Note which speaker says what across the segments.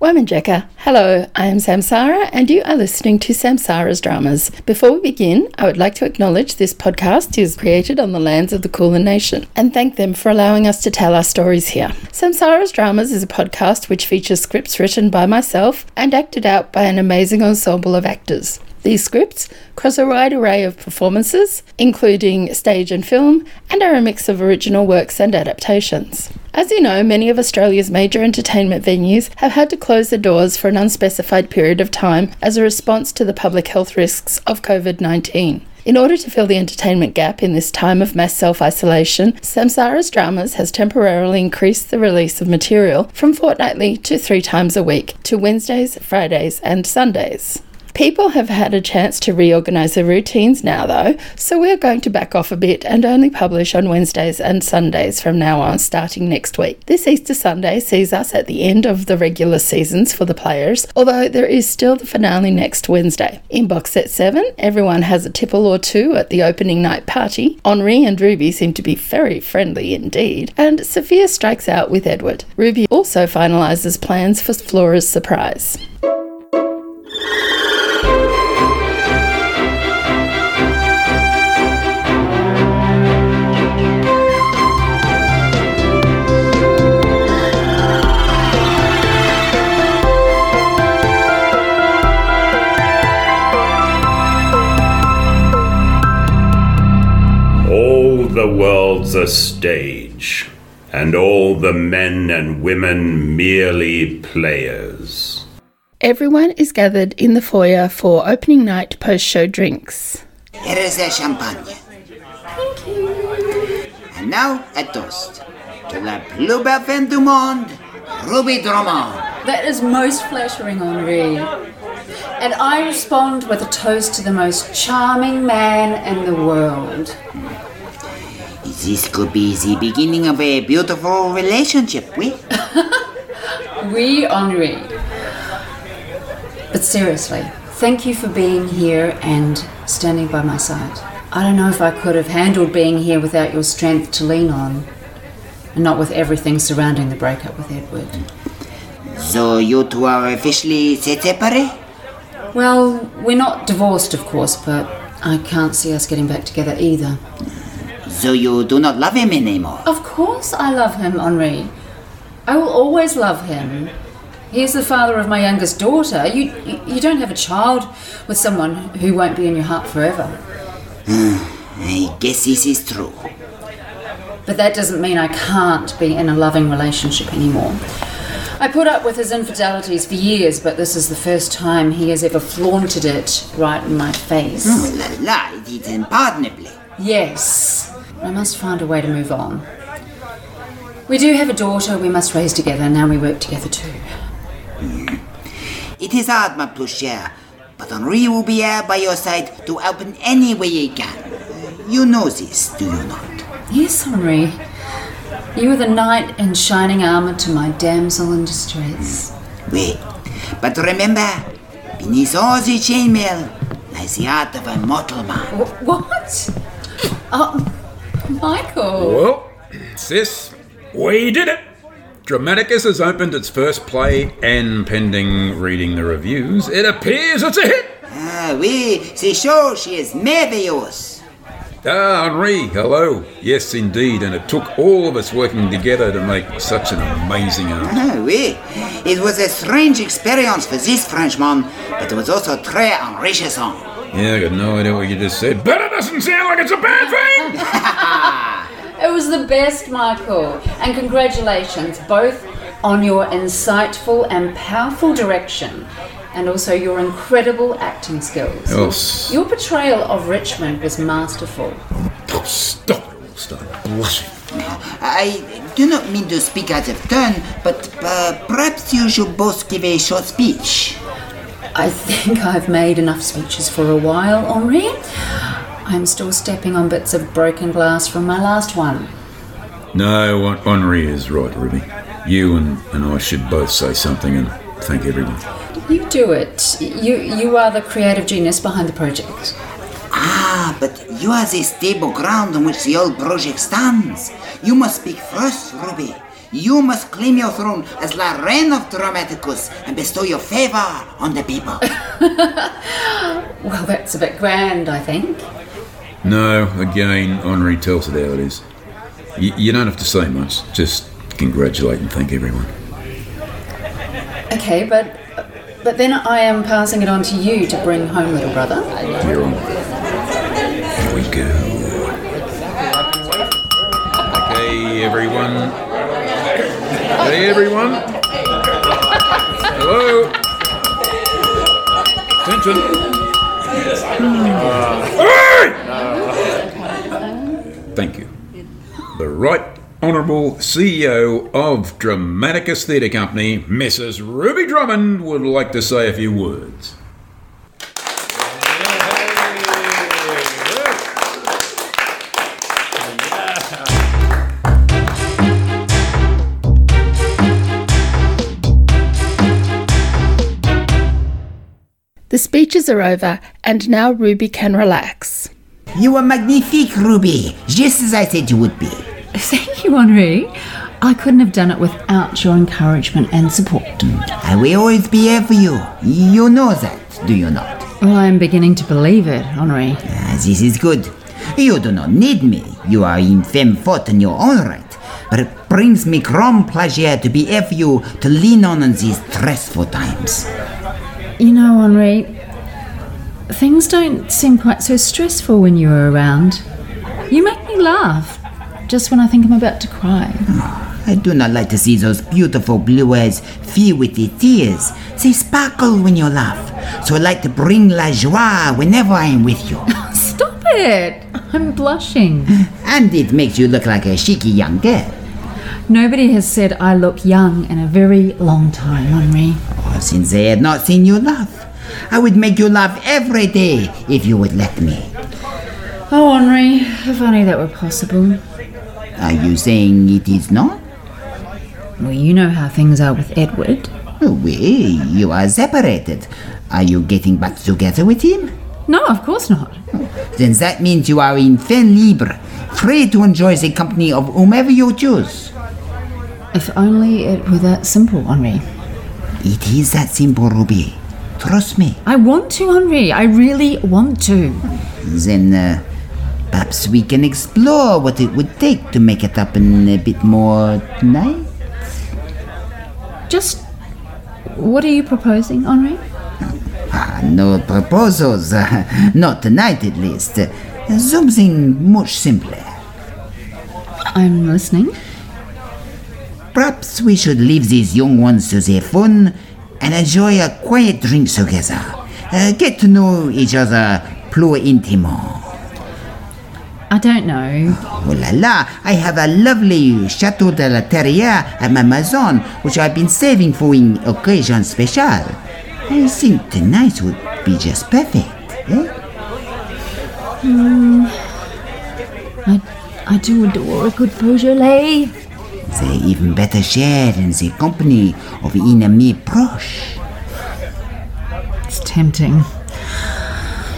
Speaker 1: Simon Jacker. Hello, I am Samsara, and you are listening to Samsara's Dramas. Before we begin, I would like to acknowledge this podcast is created on the lands of the Kulin Nation and thank them for allowing us to tell our stories here. Samsara's Dramas is a podcast which features scripts written by myself and acted out by an amazing ensemble of actors. These scripts cross a wide array of performances, including stage and film, and are a mix of original works and adaptations. As you know, many of Australia's major entertainment venues have had to close their doors for an unspecified period of time as a response to the public health risks of COVID 19. In order to fill the entertainment gap in this time of mass self isolation, Samsara's Dramas has temporarily increased the release of material from fortnightly to three times a week to Wednesdays, Fridays, and Sundays. People have had a chance to reorganise their routines now, though, so we're going to back off a bit and only publish on Wednesdays and Sundays from now on, starting next week. This Easter Sunday sees us at the end of the regular seasons for the players, although there is still the finale next Wednesday. In box set 7, everyone has a tipple or two at the opening night party. Henri and Ruby seem to be very friendly indeed, and Sophia strikes out with Edward. Ruby also finalises plans for Flora's surprise.
Speaker 2: All the world's a stage, and all the men and women merely players.
Speaker 1: Everyone is gathered in the foyer for opening night post show drinks.
Speaker 3: Here is the champagne. Thank you. And now a toast to la plus belle femme du monde, Ruby Drummond.
Speaker 4: That is most flattering, Henri. And I respond with a toast to the most charming man in the world.
Speaker 3: This could be the beginning of a beautiful relationship, we?
Speaker 4: We, Henri. But seriously, thank you for being here and standing by my side. I don't know if I could have handled being here without your strength to lean on, and not with everything surrounding the breakup with Edward.
Speaker 3: So you two are officially separé?
Speaker 4: Well, we're not divorced, of course, but I can't see us getting back together either.
Speaker 3: So you do not love him anymore?
Speaker 4: Of course I love him, Henri. I will always love him. He is the father of my youngest daughter. You, you, you don't have a child with someone who won't be in your heart forever.
Speaker 3: I guess this is true.
Speaker 4: But that doesn't mean I can't be in a loving relationship anymore. I put up with his infidelities for years, but this is the first time he has ever flaunted it right in my face.
Speaker 3: Oh la la, it is unpardonable.
Speaker 4: Yes. I must find a way to move on. We do have a daughter we must raise together, now we work together too.
Speaker 3: It is hard, my plus cher, but Henri will be here by your side to help in any way he can. You know this, do you not?
Speaker 4: Yes, Henri. You are the knight in shining armour to my damsel in distress.
Speaker 3: Wait, but remember, beneath all the chainmail lies the art of a mortal man.
Speaker 4: Wh- What? Oh, Michael.
Speaker 5: Well, sis, we did it. Dramaticus has opened its first play, and pending reading the reviews, it appears it's a hit.
Speaker 3: Ah, oui, the show she is merveillous.
Speaker 5: Ah, Henri, hello. Yes, indeed, and it took all of us working together to make such an amazing art.
Speaker 3: Ah, oui, it was a strange experience for this Frenchman, but it was also très enrichissant.
Speaker 5: Yeah, I got no idea what you just said, but it doesn't sound like it's a bad thing.
Speaker 4: It was the best, Michael. And congratulations, both on your insightful and powerful direction, and also your incredible acting skills.
Speaker 5: Oh, s-
Speaker 4: Your portrayal of Richmond was masterful.
Speaker 5: oh, stop it! I'll Start blushing.
Speaker 3: I do not mean to speak out of turn, but uh, perhaps you should both give a short speech.
Speaker 4: I think I've made enough speeches for a while, Henri. I'm still stepping on bits of broken glass from my last one.
Speaker 5: No, Hon- Henri is right, Ruby. You and, and I should both say something and thank everyone.
Speaker 4: You do it. You you are the creative genius behind the project.
Speaker 3: Ah, but you are the stable ground on which the old project stands. You must speak first, Ruby. You must claim your throne as La Reine of Dramaticus and bestow your favor on the people.
Speaker 4: Well, that's a bit grand, I think.
Speaker 5: No, again, Henri tells it how it is. Y- you don't have to say much, just congratulate and thank everyone.
Speaker 4: Okay, but but then I am passing it on to you to bring home, little brother.
Speaker 5: You're on. Here we go. Okay, everyone. Hey, everyone. Hello. Attention. Ah. Hey! Thank you. The Right Honourable CEO of Dramaticus Theatre Company, Mrs. Ruby Drummond, would like to say a few words.
Speaker 1: The speeches are over, and now Ruby can relax.
Speaker 3: you are magnifique, Ruby, just as I said you would be.
Speaker 4: Thank you, Henri. I couldn't have done it without your encouragement and support.
Speaker 3: I will always be here for you. You know that, do you not?
Speaker 4: Well, I am beginning to believe it, Henri.
Speaker 3: Ah, this is good. You do not need me. You are in femme faute in your own right. But it brings me grand pleasure to be here for you to lean on in these stressful times.
Speaker 4: You know, Henri, things don't seem quite so stressful when you are around. You make me laugh just when I think I'm about to cry.
Speaker 3: I do not like to see those beautiful blue eyes fill with the tears. They sparkle when you laugh. So I like to bring la joie whenever I am with you.
Speaker 4: Stop it! I'm blushing.
Speaker 3: and it makes you look like a chicky young girl.
Speaker 4: Nobody has said I look young in a very long time, Henri.
Speaker 3: Oh, since I had not seen you laugh, I would make you laugh every day if you would let me.
Speaker 4: Oh, Henri, if only that were possible.
Speaker 3: Are you saying it is not?
Speaker 4: Well, you know how things are with Edward.
Speaker 3: We, Oh, you are separated. Are you getting back together with him? Oh,
Speaker 4: No, of course not.
Speaker 3: Then that means you are in fin libre, free to enjoy the company of whomever you choose.
Speaker 4: If only it were that simple, Henri.
Speaker 3: It is that simple, Ruby. Trust me.
Speaker 4: I want to, Henri. I really want to.
Speaker 3: Then uh, perhaps we can explore what it would take to make it happen a bit more tonight.
Speaker 4: Just. What are you proposing, Henri?
Speaker 3: Ah, no proposals. Not tonight, at least. Something much simpler.
Speaker 4: I'm listening.
Speaker 3: Perhaps we should leave these young ones to their fun and enjoy a quiet drink together. Uh, get to know each other plus intimo.
Speaker 4: I don't know.
Speaker 3: Oh la la, I have a lovely Chateau de la Terrière at my maison, which I've been saving for an occasion special. I think tonight would be just perfect. eh?
Speaker 4: Hmm. I, I do adore a good Beaujolais.
Speaker 3: They even better share in the company of une amie proche.
Speaker 4: It's tempting.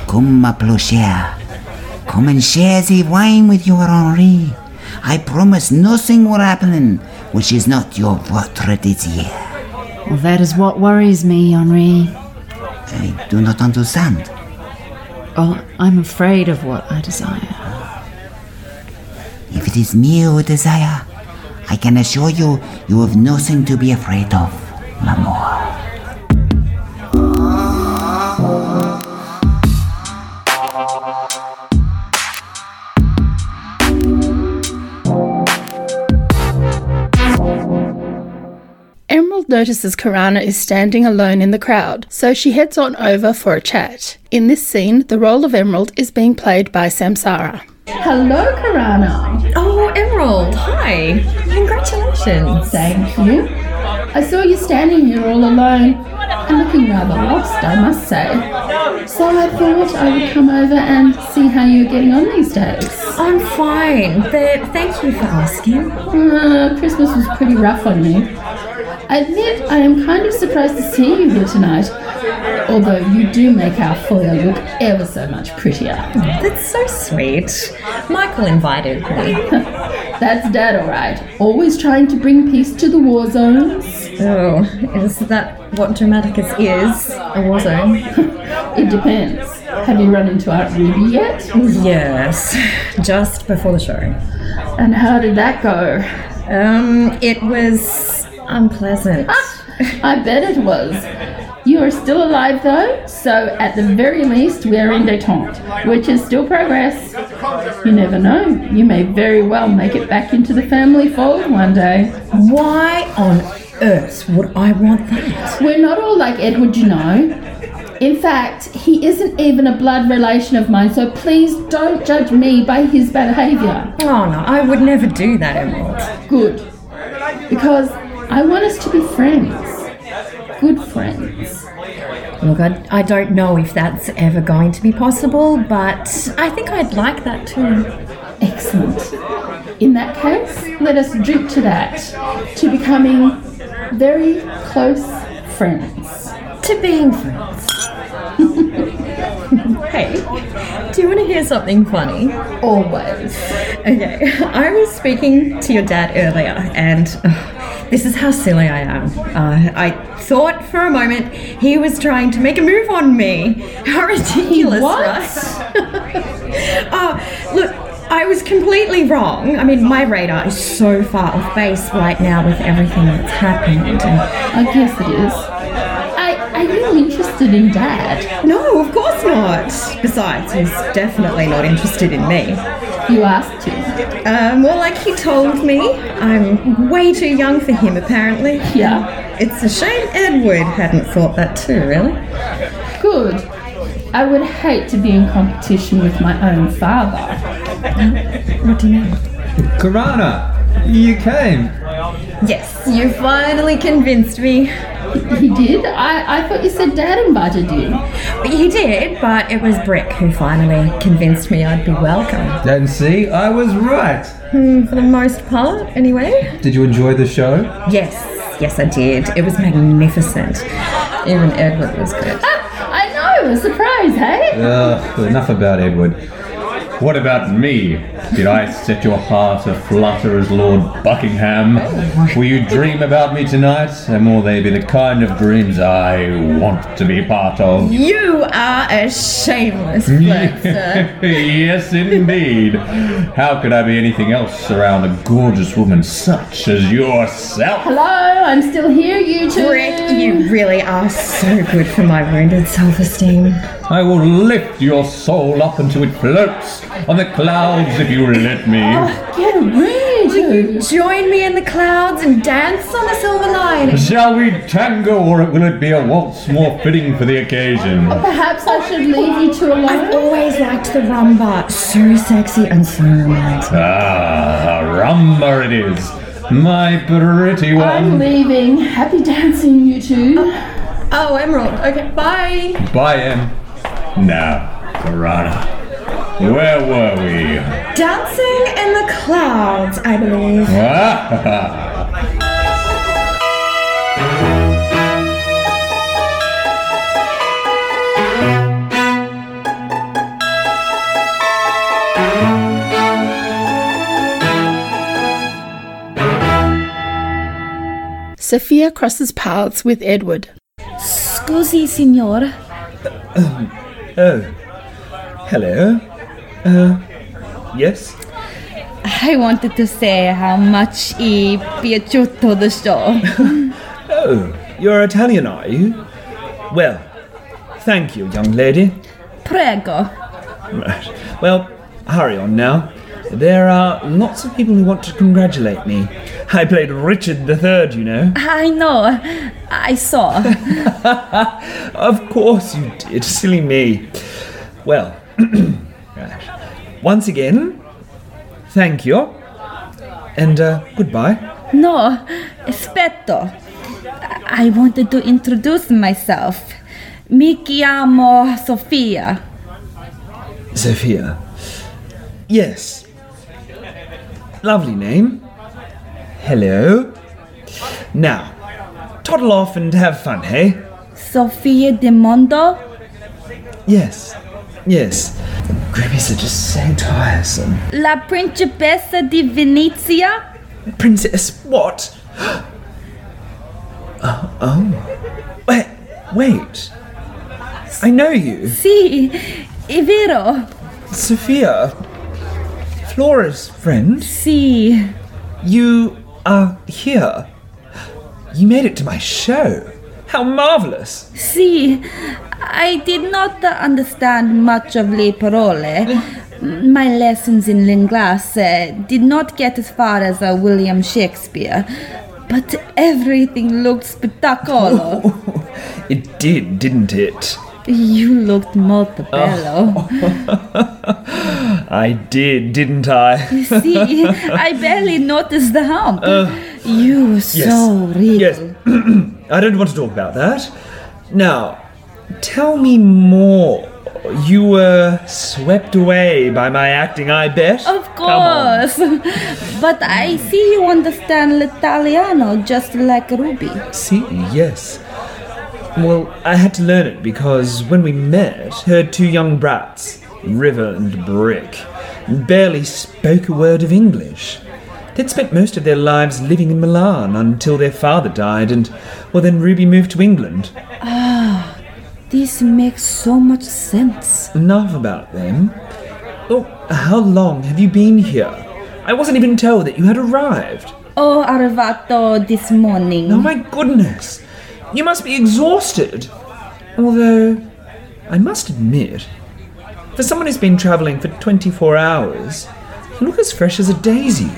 Speaker 3: Come, ma plochère. Come and share the wine with your Henri. I promise nothing will happen which is not your votre désir.
Speaker 4: Well, that is what worries me, Henri.
Speaker 3: I do not understand.
Speaker 4: Well, oh, I'm afraid of what I desire.
Speaker 3: If it is me you desire, I can assure you, you have nothing to be afraid of, L'amour.
Speaker 1: Emerald notices Karana is standing alone in the crowd, so she heads on over for a chat. In this scene, the role of Emerald is being played by Samsara. Hello, Karana.
Speaker 6: Oh, Emerald, hi. Congratulations.
Speaker 1: Thank you. I saw you standing here all alone and looking rather lost, I must say. So I thought I would come over and see how you're getting on these days.
Speaker 6: I'm fine, but thank you for asking.
Speaker 1: Uh, Christmas was pretty rough on me. I admit I am kind of surprised to see you here tonight, although you do make our foyer look ever so much prettier.
Speaker 6: That's so sweet. Michael invited me.
Speaker 1: That's Dad, all right. Always trying to bring peace to the war zones.
Speaker 6: Oh, is that what Dramaticus is? A war zone?
Speaker 1: It depends. Have you run into Aunt Ruby yet?
Speaker 6: Yes, just before the show.
Speaker 1: And how did that go?
Speaker 6: Um, it was unpleasant.
Speaker 1: Ah, I bet it was. You are still alive though, so at the very least we are in detente, which is still progress. You never know, you may very well make it back into the family fold one day.
Speaker 6: Why on earth would I want that?
Speaker 1: We're not all like Edward, you know. In fact, he isn't even a blood relation of mine, so please don't judge me by his behaviour.
Speaker 6: Oh no, I would never do that, Emerald.
Speaker 1: Good. Because I want us to be friends. Good friends.
Speaker 6: Look, I, I don't know if that's ever going to be possible, but I think I'd like that too.
Speaker 1: Excellent. In that case, let us drink to that, to becoming very close friends.
Speaker 6: To being friends. hey, do you want to hear something funny?
Speaker 1: Always.
Speaker 6: Okay, I was speaking to your dad earlier, and ugh, this is how silly I am. Uh, I thought for a moment he was trying to make a move on me. How ridiculous,
Speaker 1: what?
Speaker 6: right? oh, look. I was completely wrong. I mean, my radar is so far off base right now with everything that's happened. And
Speaker 1: I guess it is. I, are you interested in Dad?
Speaker 6: no, of course not. Besides, he's definitely not interested in me.
Speaker 1: You asked him.
Speaker 6: Um, well, like he told me, I'm way too young for him, apparently.
Speaker 1: Yeah.
Speaker 6: It's a shame Edward hadn't thought that too, really.
Speaker 1: Good. I would hate to be in competition with my own father.
Speaker 6: What do you mean?
Speaker 7: Karana, you came.
Speaker 6: Yes, you finally convinced me.
Speaker 1: He did? I, I thought you said Dad invited you.
Speaker 6: But you did, but it was Brick who finally convinced me I'd be welcome.
Speaker 7: And see, I was right.
Speaker 6: Hmm, for the most part, anyway.
Speaker 7: Did you enjoy the show?
Speaker 6: Yes, yes, I did. It was magnificent. Even Edward was good.
Speaker 1: I know, a surprise, hey?
Speaker 7: Ugh, enough about Edward. What about me? Did I set your heart aflutter as Lord Buckingham? Will you dream about me tonight? And will they be the kind of dreams I want to be part of?
Speaker 6: You are a shameless flirt, sir.
Speaker 7: yes, indeed. How could I be anything else around a gorgeous woman such as yourself?
Speaker 1: Hello, I'm still here, you two.
Speaker 6: Brick, you really are so good for my wounded self esteem.
Speaker 7: I will lift your soul up until it floats on the clouds if you let
Speaker 6: Oh,
Speaker 7: me.
Speaker 1: Get a room, you.
Speaker 6: Join me in the clouds and dance on the silver line.
Speaker 7: Shall we tango, or will it be a waltz more fitting for the occasion?
Speaker 1: Perhaps I should leave you two alone.
Speaker 6: I've always liked the rumba. So sexy and so romantic.
Speaker 7: Ah, a rumba it is, my pretty
Speaker 6: um,
Speaker 1: I'm
Speaker 7: one.
Speaker 1: leaving. Happy dancing, you two.
Speaker 6: Oh, Emerald. Okay, bye.
Speaker 7: Bye, Em. Now, Karana, where were we?
Speaker 6: Dancing in the clouds, I believe.
Speaker 7: Ah,
Speaker 1: Sophia crosses paths with Edward.
Speaker 8: Scusi, signor.
Speaker 7: Oh, hello. Uh, yes?
Speaker 8: I wanted to say how much i piaciuto the show.
Speaker 9: Oh, you're Italian, are you? Well, thank you, young lady.
Speaker 8: Prego.
Speaker 9: Right. Well, hurry on now. There are lots of people who want to congratulate me. I played Richard III, you know.
Speaker 8: I know. I saw.
Speaker 9: Of course you did, silly me. Well, right. once again, thank you. And uh, goodbye.
Speaker 8: No, aspetto. I wanted to introduce myself. Mi chiamo Sofia.
Speaker 9: Sophia. Yes. Lovely name. Hello. Now, toddle off and have fun, hey?
Speaker 8: Sofia de Mondo?
Speaker 9: Yes, yes. Grimmies are just so tiresome.
Speaker 8: La Principessa di Venezia?
Speaker 9: Princess, what? oh, oh. Wait, wait. I know you.
Speaker 8: Si, è vero.
Speaker 9: Sophia. Flora's friend.
Speaker 8: Si.
Speaker 9: You are here. You made it to my show. How marvelous.
Speaker 8: Sì, I did not uh, understand much of le parole. My lessons in linguas uh, did not get as far as uh, William Shakespeare, but everything looked spectacular.
Speaker 9: It did, didn't it?
Speaker 8: you looked molto
Speaker 9: Oh.
Speaker 8: bello.
Speaker 9: I did, didn't I?
Speaker 8: See, I barely noticed the hump. you were so regal.
Speaker 9: Uh. Yes. I don't want to talk about that. Now, tell me more. You were swept away by my acting, I bet.
Speaker 8: Of
Speaker 9: Come on.
Speaker 8: course. but I see you understand l'italiano just like Ruby.
Speaker 9: See, yes. Well, I had to learn it because when we met, her two young brats, River and Brick, barely spoke a word of English. They'd spent most of their lives living in Milan until their father died, and well, then Ruby moved to England.
Speaker 8: Ah, This makes so much sense.
Speaker 9: Enough about them. Oh, how long have you been here? I wasn't even told that you had arrived.
Speaker 8: Oh, arrivato this morning.
Speaker 9: Oh my goodness! You must be exhausted! Although, I must admit, for someone who's been travelling for 24 hours, you look as fresh as a daisy.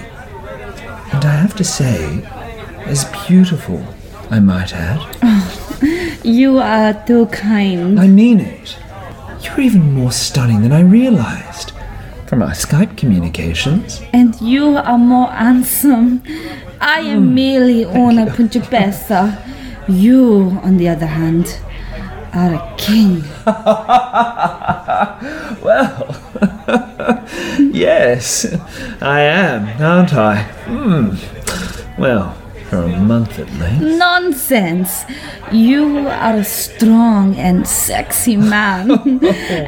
Speaker 9: And I have to say, as beautiful, I might add.
Speaker 8: Ah, You are too kind.
Speaker 9: I mean it. You're even more stunning than I realised. From our Skype communications.
Speaker 8: And you are more handsome. I
Speaker 9: Hmm.
Speaker 8: am merely una principessa. You, on the other hand, are a king.
Speaker 9: Well, yes, I am, aren't I? Hmm. Well, for a month at least.
Speaker 8: Nonsense! You are a strong and sexy man.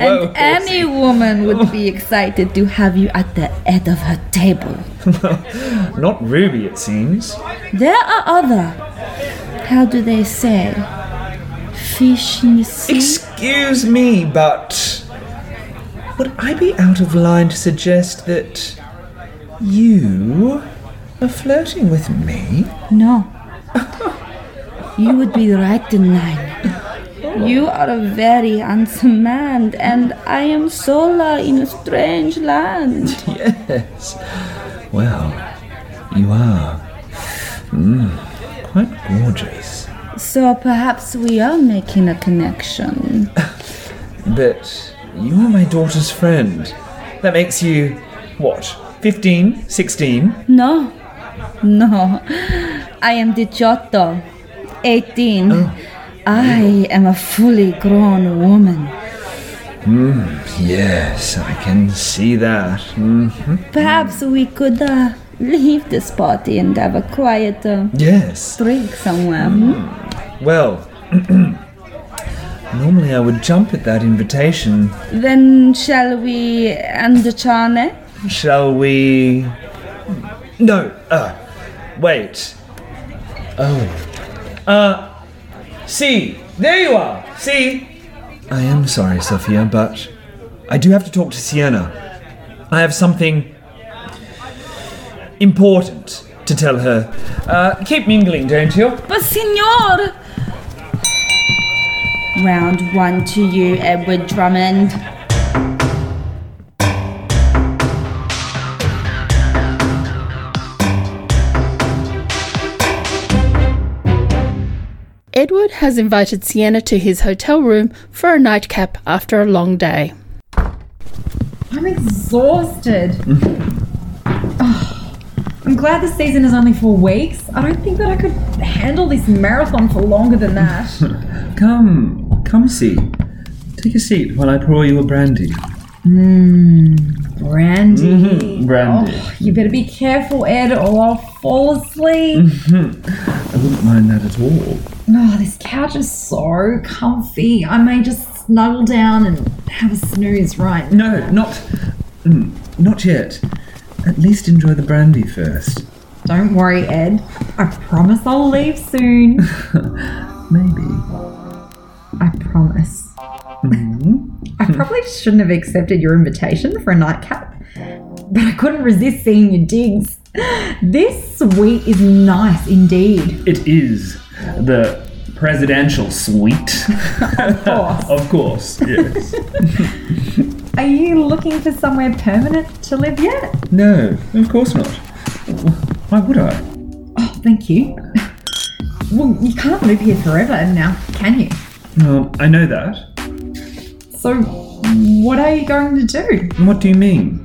Speaker 8: and any woman would be excited to have you at the head of her table.
Speaker 9: Not Ruby, it seems.
Speaker 8: There are other. How do they say? Fish in the sea.
Speaker 9: Excuse me, but. Would I be out of line to suggest that. you. are flirting with me?
Speaker 8: no. you would be right in line. You are a very handsome man, and I am sola in a strange land.
Speaker 9: Yes. Well, you are. Mm, quite gorgeous.
Speaker 8: So perhaps we are making a connection.
Speaker 9: But you are my daughter's friend. That makes you, what, 15, 16?
Speaker 8: No, no. I am Diciotto, 18. I am a fully grown woman.
Speaker 9: Hmm, Yes, I can see that. hmm
Speaker 8: Perhaps we could uh, leave this party and have a quiet uh,
Speaker 9: Yes.
Speaker 8: drink somewhere.
Speaker 9: Well, normally I would jump at that invitation.
Speaker 8: Then shall we end the charne?
Speaker 9: Shall we? No. Uh, wait. Oh. Uh, see, there you are. See. I am sorry, Sophia, but I do have to talk to Sienna. I have something important to tell her. Uh, keep mingling, don't you?
Speaker 8: But signor! Round one to you, Edward Drummond.
Speaker 1: Edward has invited Sienna to his hotel room for a nightcap after a long day.
Speaker 6: I'm exhausted. Oh, I'm glad the season is only four weeks. I don't think that I could handle this marathon for longer than that. Hmm,
Speaker 9: Come, come see. Take a seat while I pour you a brandy.
Speaker 10: Brandy.
Speaker 9: Mm-hmm. brandy.
Speaker 10: Oh, you better be careful, Ed, or I'll fall asleep.
Speaker 9: Mm. Mm-hmm. I wouldn't mind that at all.
Speaker 10: Oh, this couch is so comfy. I may just snuggle down and have a snooze right now.
Speaker 9: No, not. mm, Not yet. At least enjoy the brandy first.
Speaker 10: Don't worry, Ed. I promise I'll leave soon.
Speaker 9: Maybe.
Speaker 10: I promise.
Speaker 9: Mm-hmm.
Speaker 10: I
Speaker 9: Hmm.
Speaker 10: probably shouldn't have accepted your invitation for a nightcap, but I couldn't resist seeing your digs. This suite is nice indeed.
Speaker 9: It is the presidential suite.
Speaker 10: Of course.
Speaker 9: of course, yes.
Speaker 10: Are you looking for somewhere permanent to live yet?
Speaker 9: no, of course not. Why would I?
Speaker 10: Oh, thank you. Well, you can't live here forever now, can you?
Speaker 9: Well, I know that.
Speaker 10: So, what are you going to do?
Speaker 9: What do you mean?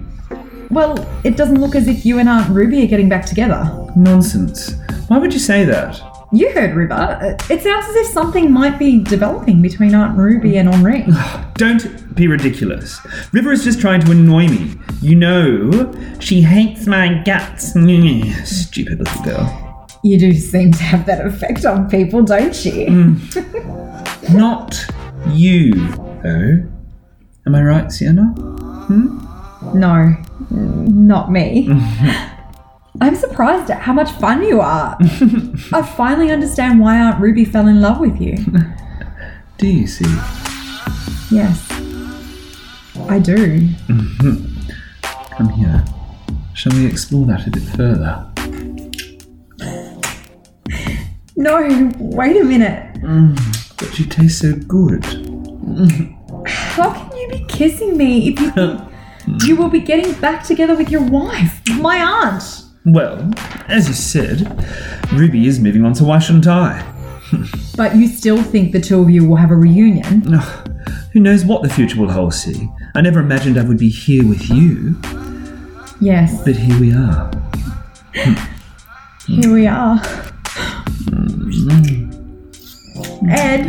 Speaker 10: Well, it doesn't look as if you and Aunt Ruby are getting back together.
Speaker 9: Nonsense. Why would you say that?
Speaker 10: You heard River. Uh, It sounds as if something might be developing between Aunt Ruby and Henri.
Speaker 9: Don't be ridiculous. River is just trying to annoy me. You know, she hates my guts. Stupid little girl.
Speaker 10: you do seem to have that effect on people, don't you?
Speaker 9: Not you, though. Am I right, Sienna? Mm-hmm.
Speaker 10: No, not me. I'm surprised at how much fun you are. I finally understand why Aunt Ruby fell in love with you.
Speaker 9: Do you see?
Speaker 10: Yes, I do.
Speaker 9: Mm-hmm. Come here. Shall we explore that a bit further?
Speaker 10: No, wait a minute.
Speaker 9: Mm. But you taste so good. Mm.
Speaker 10: How can you be kissing me if you think you will be getting back together with your wife, my aunt?
Speaker 9: Well, as you said, Ruby is moving on, so why shouldn't I?
Speaker 10: But you still think the two of you will have a reunion?
Speaker 9: Ugh, who knows what the future will hold, see? I never imagined I would be here with you,
Speaker 10: Yes,
Speaker 9: but here we are.
Speaker 10: here we are.
Speaker 9: Mm.
Speaker 10: Ed,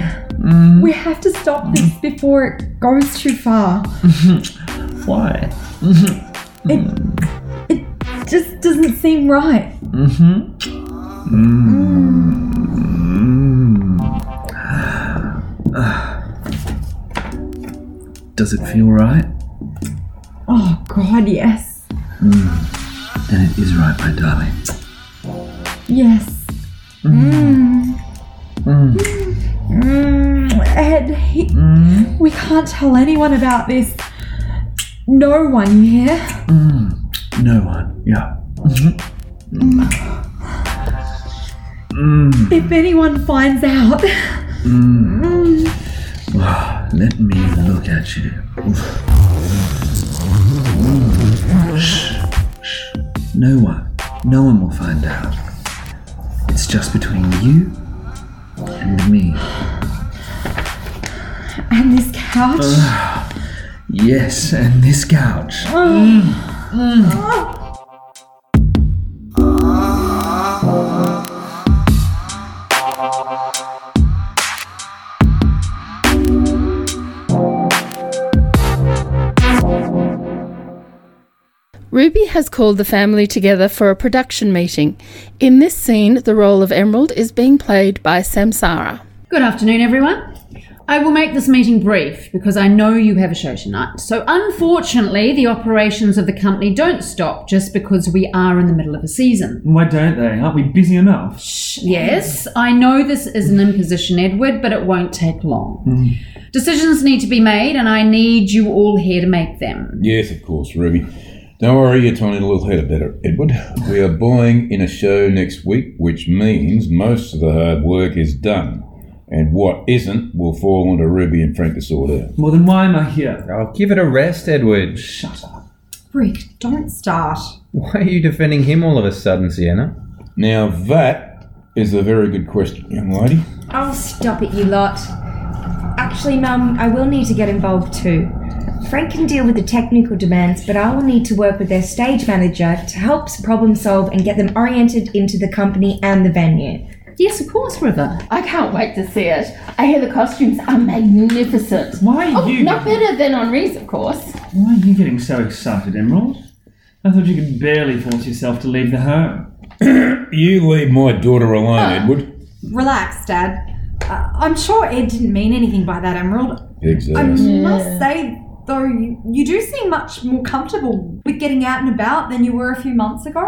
Speaker 10: we have to stop this before it goes too far.
Speaker 9: Mm. Why?
Speaker 10: It just doesn't seem right.
Speaker 9: Mm-hmm. Does it feel right?
Speaker 10: Oh, God, yes.
Speaker 9: Then Mm. it is right, my darling.
Speaker 10: Yes.
Speaker 9: Mm.
Speaker 10: Mm. Mm. Ed, he, we can't tell anyone about this. No one, you hear?
Speaker 9: Mm. No one. Yeah. Mm-hmm. Mm.
Speaker 10: If anyone finds out,
Speaker 9: Mm.
Speaker 10: Mm.
Speaker 9: Let me look at you. Shh, shh. No one. No one will find out. It's just between you and me.
Speaker 10: and this couch.
Speaker 9: Yes, and this couch.
Speaker 6: Oh,
Speaker 1: Ruby has called the family together for a production meeting. In this scene, the role of Emerald is being played by Samsara.
Speaker 4: Good afternoon, everyone. I will make this meeting brief because I know you have a show tonight. So, unfortunately, the operations of the company don't stop just because we are in the middle of a season.
Speaker 9: Why don't they? Aren't we busy enough?
Speaker 4: Yes, I know this is an imposition, Edward, but it won't take long. Decisions need to be made, and I need you all here to make them.
Speaker 5: Yes, of course, Ruby. Don't worry your tiny little head about it, Edward. We are buying in a show next week, which means most of the hard work is done. And what isn't will fall onto Ruby and Frank to sort out.
Speaker 9: Well, then why am I here?
Speaker 11: I'll give it a rest, Edward.
Speaker 10: Rick, don't start.
Speaker 11: Why are you defending him all of a sudden, Sienna?
Speaker 5: Now, that is a very good question, young lady.
Speaker 12: Oh, stop it, you lot. Actually, Mum, I will need to get involved too. Frank can deal with the technical demands, but I will need to work with their stage manager to help problem solve and get them oriented into the company and the venue.
Speaker 4: Yes, of course, River.
Speaker 1: I can't wait to see it. I hear the costumes are magnificent.
Speaker 9: Why
Speaker 1: oh,
Speaker 9: you-
Speaker 1: Not better than Henri's, of course.
Speaker 9: Why are you getting so excited, Emerald? I thought you could barely force yourself to leave the home.
Speaker 5: You leave my daughter alone,
Speaker 10: Ah.
Speaker 5: Edward.
Speaker 10: Relax, Dad. Uh, I'm sure Ed didn't mean anything by that, Emerald.
Speaker 5: Exactly.
Speaker 10: I must say, though, you, you do seem much more comfortable with getting out and about than you were a few months ago.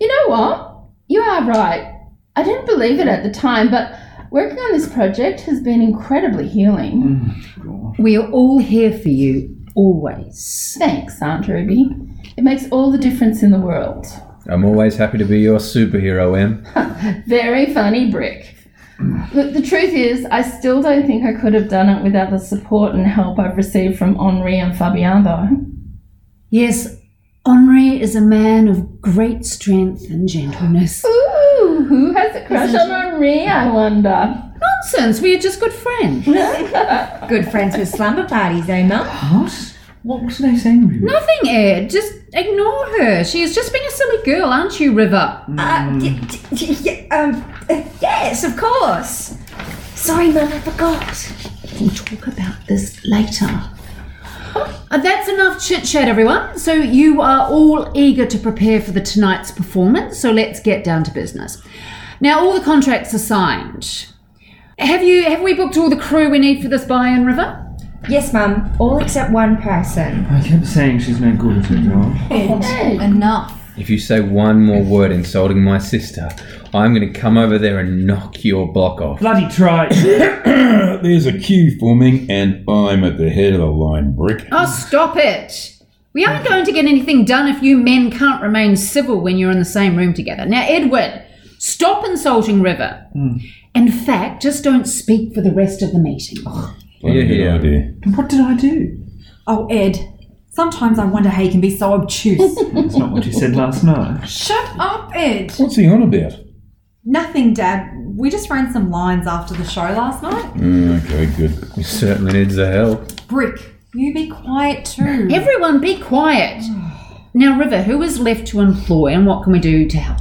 Speaker 1: You know what? You are right. I didn't believe it at the time, but working on this project has been incredibly healing.
Speaker 10: Mm,
Speaker 4: We are all here for you, always.
Speaker 1: Thanks, Aunt Ruby. It makes all the difference in the world.
Speaker 11: I'm always happy to be your superhero, Em.
Speaker 1: Very funny brick. Look, the truth is, I still don't think I could have done it without the support and help I've received from Henri and Fabien, though.
Speaker 4: Yes, Henri is a man of great strength and gentleness.
Speaker 1: Ooh, who has a crush
Speaker 4: Isn't
Speaker 1: on Henri, I wonder?
Speaker 4: Nonsense, we are just good friends.
Speaker 12: Good friends with slumber parties, eh, Mum?
Speaker 9: What? What was they saying, Ruby?
Speaker 4: Nothing, Ed. Just ignore her. She is just being a silly girl, aren't you, River?
Speaker 12: Uh, y- y- y- um, uh, yes, of course. Sorry, Mum, I forgot.
Speaker 4: We'll talk about this later. Uh, that's enough chit chat, everyone. So, you are all eager to prepare for the tonight's performance, so let's get down to business. Now, all the contracts are signed. Have you have we booked all the crew we need for this buy-in, River?
Speaker 12: Yes, Mum, all except one person.
Speaker 9: I kept saying she's no good at her job.
Speaker 12: Enough.
Speaker 11: If you say one more word insulting my sister, I'm going to come over there and knock your block off.
Speaker 9: Bloody try.
Speaker 5: There's a queue forming, and I'm at the head of the line, Brick.
Speaker 4: Oh, stop it! We aren't going to get anything done if you men can't remain civil when you're in the same room together. Now, Edward, stop insulting River. In fact, just don't speak for the rest of the meeting.
Speaker 5: Bloody good idea.
Speaker 10: What did I do? Oh, Ed. Sometimes I wonder how you can be so obtuse.
Speaker 9: That's not what you said last night.
Speaker 10: Shut up, Ed.
Speaker 5: What's he on about?
Speaker 10: Nothing, Dad. We just ran some lines after the show last night.
Speaker 11: Mm, okay, good. You certainly needs the help.
Speaker 10: Brick, you be quiet too.
Speaker 4: Everyone, be quiet. Now, River, who is left to employ and what can we do to help?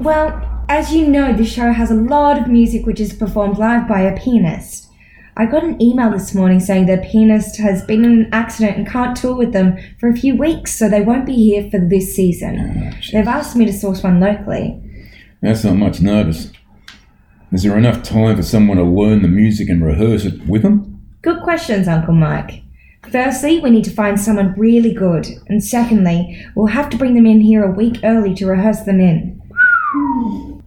Speaker 12: Well, as you know, the show has a lot of music which is performed live by a pianist. I got an email this morning saying their pianist has been in an accident and can't tour with them for a few weeks, so they won't be here for this season. They've asked me to source one locally.
Speaker 5: That's not much notice. Is there enough time for someone to learn the music and rehearse it with them?
Speaker 12: Good questions, Uncle Mike. Firstly, we need to find someone really good, and secondly, we'll have to bring them in here a week early to rehearse them in.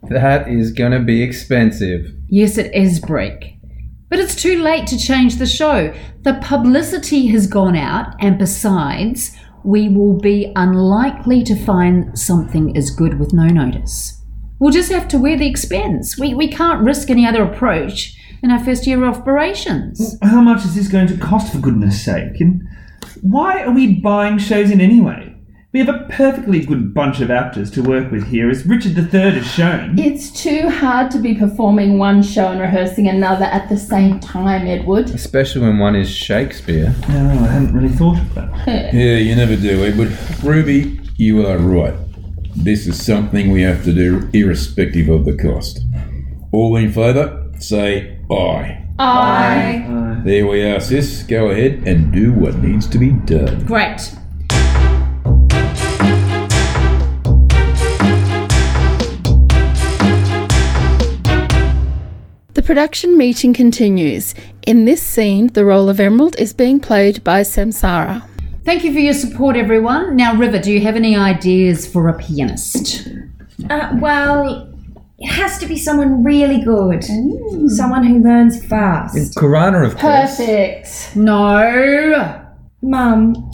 Speaker 11: That is going to be expensive.
Speaker 4: Yes, it is break. But it's too late to change the show. The publicity has gone out, and besides, we will be unlikely to find something as good with no notice. We'll just have to wear the expense. We, we can't risk any other approach in our first year of operations.
Speaker 9: How much is this going to cost, for goodness sake? And why are we buying shows in anyway? We have a perfectly good bunch of actors to work with here, as Richard III has shown.
Speaker 1: It's too hard to be performing one show and rehearsing another at the same time, Edward.
Speaker 11: Especially when one is Shakespeare.
Speaker 9: No, I hadn't really thought of that.
Speaker 5: Yeah, you never do, Edward. Ruby, you are right. This is something we have to do irrespective of the cost. All in favour, say aye.
Speaker 1: I.
Speaker 9: Uh,
Speaker 5: There we are, sis. Go ahead and do what needs to be done.
Speaker 4: Great.
Speaker 13: The production meeting continues. In this scene, the role of Emerald is being played by Samsara.
Speaker 4: Thank you for your support, everyone. Now, River, do you have any ideas for a pianist?
Speaker 12: Uh, well, it has to be someone really good, someone who learns fast.
Speaker 11: Karana, of course.
Speaker 1: Perfect.
Speaker 4: No.
Speaker 12: Mum,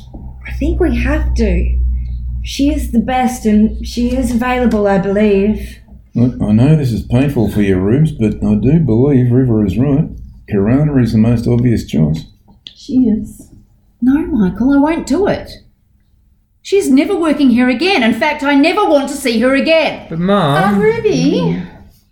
Speaker 12: I think we have to. She is the best and she is available, I believe.
Speaker 5: Look, I know this is painful for your rooms, but I do believe River is right. Karana is the most obvious choice.
Speaker 1: She is.
Speaker 4: No, Michael, I won't do it. She's never working here again. In fact, I never want to see her again.
Speaker 11: But,
Speaker 4: Ah.
Speaker 11: Mum.
Speaker 1: Ruby.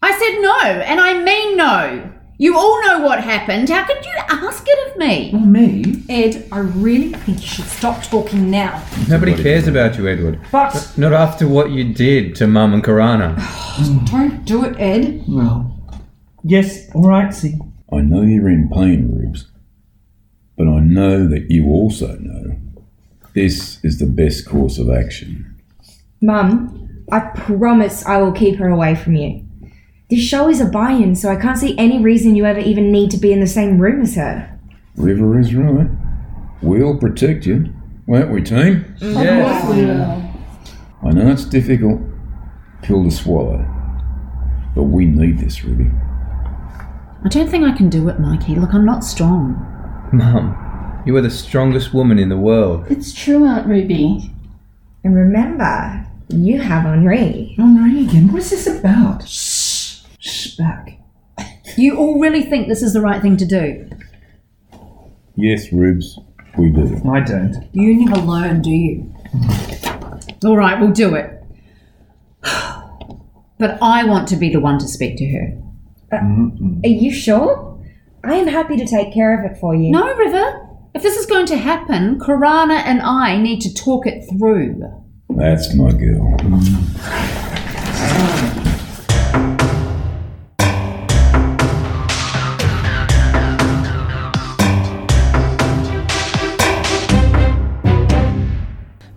Speaker 4: I said no, and I mean no. You all know what happened. How could you ask it of me?
Speaker 9: Me?
Speaker 10: Ed, I really think you should stop talking now.
Speaker 11: Nobody cares about you, Edward.
Speaker 10: But
Speaker 11: Not after what you did to Mum and Karana.
Speaker 10: don't do it, Ed.
Speaker 9: Well,
Speaker 14: Yes, all right, see.
Speaker 5: I know you're in pain, Rubes, but I know that you also know this is the best course of action.
Speaker 12: Mum, I promise I will keep her away from you. This show is a buy in, so I can't see any reason you ever even need to be in the same room as her.
Speaker 5: River is right. We'll protect you, won't we, team? I know it's difficult pill to swallow, but we need this, Ruby.
Speaker 4: I don't think I can do it, Mikey. Look, I'm not strong.
Speaker 11: Mum, you are the strongest woman in the world.
Speaker 15: It's true, Aunt Ruby.
Speaker 12: And remember, you have Henri.
Speaker 14: Henri again? What is this about? Shh.
Speaker 4: Shh, back. You all really think this is the right thing to do?
Speaker 5: Yes, Rubes, we do.
Speaker 14: I don't.
Speaker 4: You never learn, do you? All right, we'll do it. But I want to be the one to speak to her.
Speaker 12: Are you sure? I am happy to take care of it for you.
Speaker 4: No, River. If this is going to happen, Karana and I need to talk it through.
Speaker 5: That's my girl.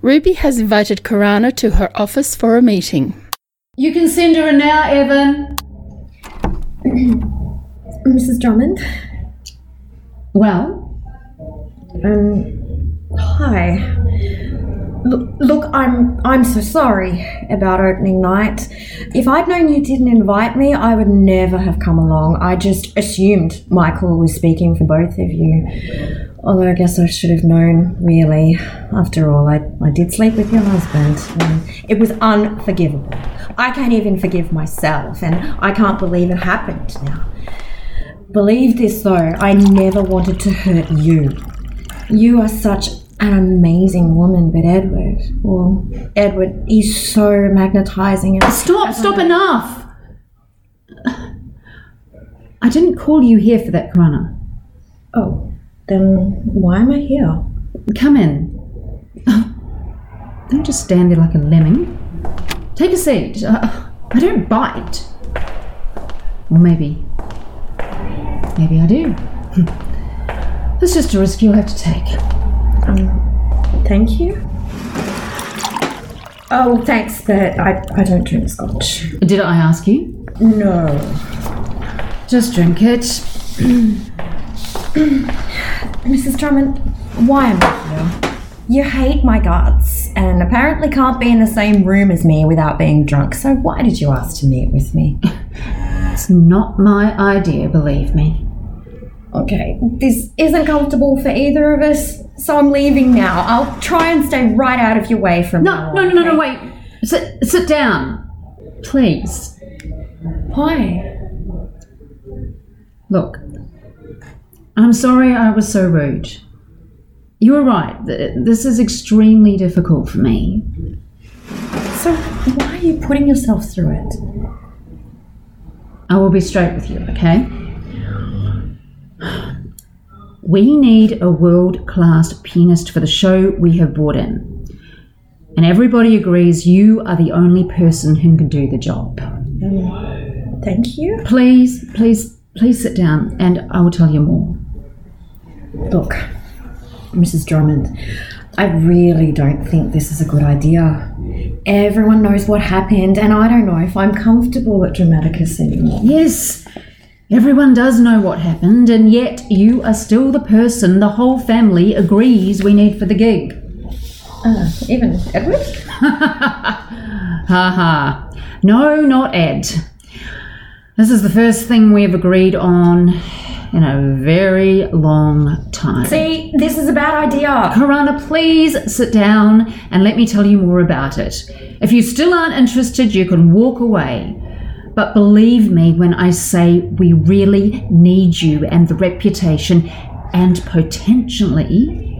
Speaker 1: Ruby has invited Karana to her office for a meeting.
Speaker 4: You can send her now, Evan.
Speaker 6: Mrs. Drummond?
Speaker 4: Well?
Speaker 6: Um, hi. Look, look, I'm I'm so sorry about opening night. If I'd known you didn't invite me, I would never have come along. I just assumed Michael was speaking for both of you. Although I guess I should have known, really. After all, I, I did sleep with your husband. and It was unforgivable. I can't even forgive myself, and I can't believe it happened now. Believe this though, I never wanted to hurt you. You are such an amazing woman, but Edward, well, Edward, he's so magnetizing. And
Speaker 4: Stop, stop enough! I didn't call you here for that, Karana.
Speaker 6: Oh, then why am I here?
Speaker 4: Come in. Don't just stand there like a lemming. Take a seat. Uh, I don't bite. Or maybe. Maybe I do. It's just a risk you'll have to take.
Speaker 6: Um, thank you. Oh, thanks, but I, I don't drink scotch.
Speaker 4: Did I ask you?
Speaker 6: No.
Speaker 4: Just drink it.
Speaker 9: mm-hmm.
Speaker 6: Mrs. Drummond, why am I here? You hate my guts and apparently can't be in the same room as me without being drunk, so why did you ask to meet with me?
Speaker 4: It's not my idea, believe me.
Speaker 6: Okay, this isn't comfortable for either of us, so I'm leaving now. I'll try and stay right out of your way from now.
Speaker 4: No, no, no, no, wait. Sit, sit down. Please.
Speaker 6: Why?
Speaker 4: Look, I'm sorry I was so rude. You were right. Th- This is extremely difficult for me.
Speaker 6: So why are you putting yourself through it?
Speaker 4: I will be straight with you, okay? We need a world class pianist for the show we have brought in. And everybody agrees you are the only person who can do the job.
Speaker 6: Um, thank you.
Speaker 4: Please, please, please sit down and I will tell you more.
Speaker 6: Look, Mrs. Drummond, I really don't think this is a good idea. Everyone knows what happened, and I don't know if I'm comfortable at Dramaticus anymore.
Speaker 4: Yes, everyone does know what happened, and yet you are still the person the whole family agrees we need for the gig.
Speaker 6: Uh, even Edward?
Speaker 4: Ha ha. No, not Ed. This is the first thing we have agreed on in a very long time.
Speaker 6: See, this is a bad idea.
Speaker 4: Karana, please sit down and let me tell you more about it. If you still aren't interested, you can walk away. But believe me when I say we really need you and the reputation and potentially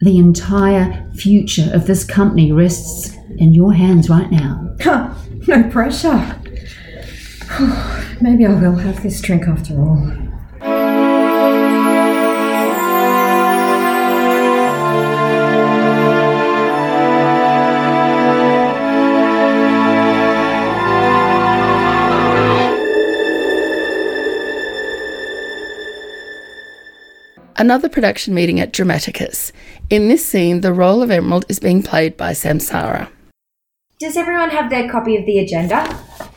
Speaker 4: the entire future of this company rests in your hands right now.
Speaker 6: Huh, no pressure. Maybe I will have this drink after all.
Speaker 16: Another production meeting at Dramaticus. In this scene, the role of Emerald is being played by Samsara.
Speaker 12: Does everyone have their copy of the agenda?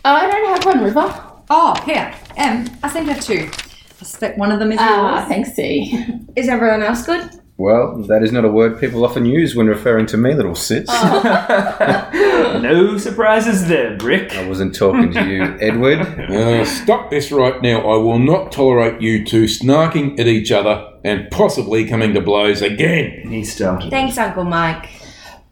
Speaker 1: I don't have one, River.
Speaker 10: Oh, here. Um, I seem to have two. I suspect one of them is
Speaker 1: Ah,
Speaker 10: yours.
Speaker 1: thanks, C.
Speaker 12: Is everyone else good?
Speaker 11: Well, that is not a word people often use when referring to me, little sis.
Speaker 9: Oh. no surprises there, Brick.
Speaker 11: I wasn't talking to you, Edward.
Speaker 5: Uh, stop this right now. I will not tolerate you two snarking at each other and possibly coming to blows again.
Speaker 9: He started.
Speaker 12: Thanks, Uncle Mike.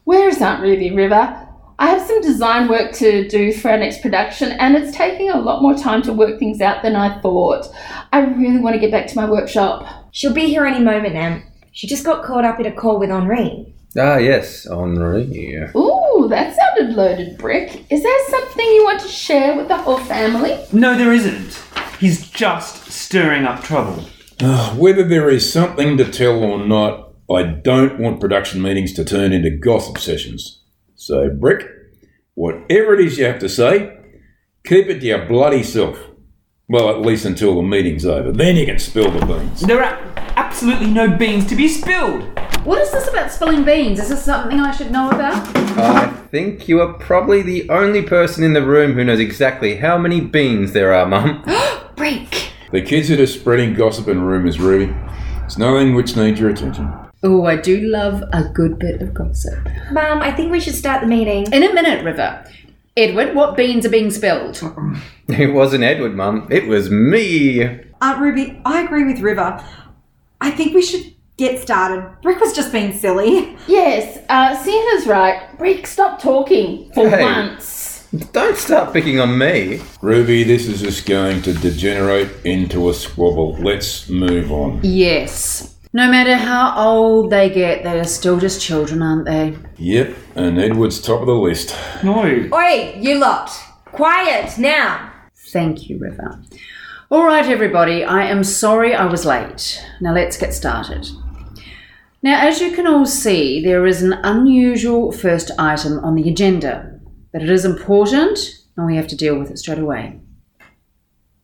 Speaker 1: Where is Aunt Ruby River? I have some design work to do for our next production, and it's taking a lot more time to work things out than I thought. I really want to get back to my workshop.
Speaker 12: She'll be here any moment, Em. She just got caught up in a call with Henri.
Speaker 11: Ah, yes, Henri.
Speaker 1: Ooh, that sounded loaded, Brick. Is there something you want to share with the whole family?
Speaker 9: No, there isn't. He's just stirring up trouble.
Speaker 5: Uh, whether there is something to tell or not, I don't want production meetings to turn into gossip sessions. So, Brick, whatever it is you have to say, keep it to your bloody self. Well, at least until the meeting's over. Then you can spill the beans.
Speaker 9: There are absolutely no beans to be spilled.
Speaker 4: What is this about spilling beans? Is this something I should know about?
Speaker 11: I think you are probably the only person in the room who knows exactly how many beans there are, Mum.
Speaker 5: The kids that are spreading gossip in rumors, Ruby, it's nothing which needs your attention.
Speaker 4: Oh, I do love a good bit of gossip.
Speaker 12: Mum, I think we should start the meeting.
Speaker 4: In a minute, River. Edward, what beans are being spilled?
Speaker 11: It wasn't Edward, Mum. It was me.
Speaker 10: Aunt Ruby, I agree with River. I think we should get started. Brick was just being silly.
Speaker 1: Yes, uh, Santa's right. Brick, stop talking for
Speaker 11: Hey.
Speaker 1: once.
Speaker 11: Don't start picking on me.
Speaker 5: Ruby, this is just going to degenerate into a squabble. Let's move on.
Speaker 4: Yes. No matter how old they get, they are still just children, aren't they?
Speaker 5: Yep, and Edward's top of the list.
Speaker 9: No.
Speaker 12: Oi, you lot! Quiet now!
Speaker 4: Thank you, River. All right, everybody, I am sorry I was late. Now let's get started. Now, as you can all see, there is an unusual first item on the agenda, but it is important and we have to deal with it straight away.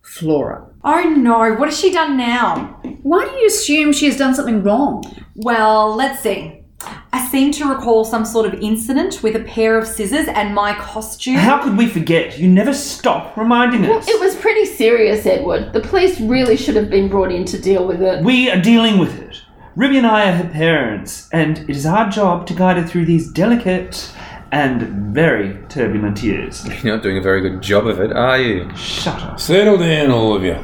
Speaker 4: Flora.
Speaker 10: Oh no, what has she done now?
Speaker 4: Why do you assume she has done something wrong?
Speaker 10: Well, let's see. I seem to recall some sort of incident with a pair of scissors and my costume.
Speaker 9: How could we forget? You never stop reminding
Speaker 1: Well,
Speaker 9: us.
Speaker 1: it was pretty serious, Edward. The police really should have been brought in to deal with it.
Speaker 9: We are dealing with it. Ruby and I are her parents, and it is our job to guide her through these delicate and very turbulent years.
Speaker 11: You're not doing a very good job of it, are you?
Speaker 9: Shut up.
Speaker 5: Settle down, all of you.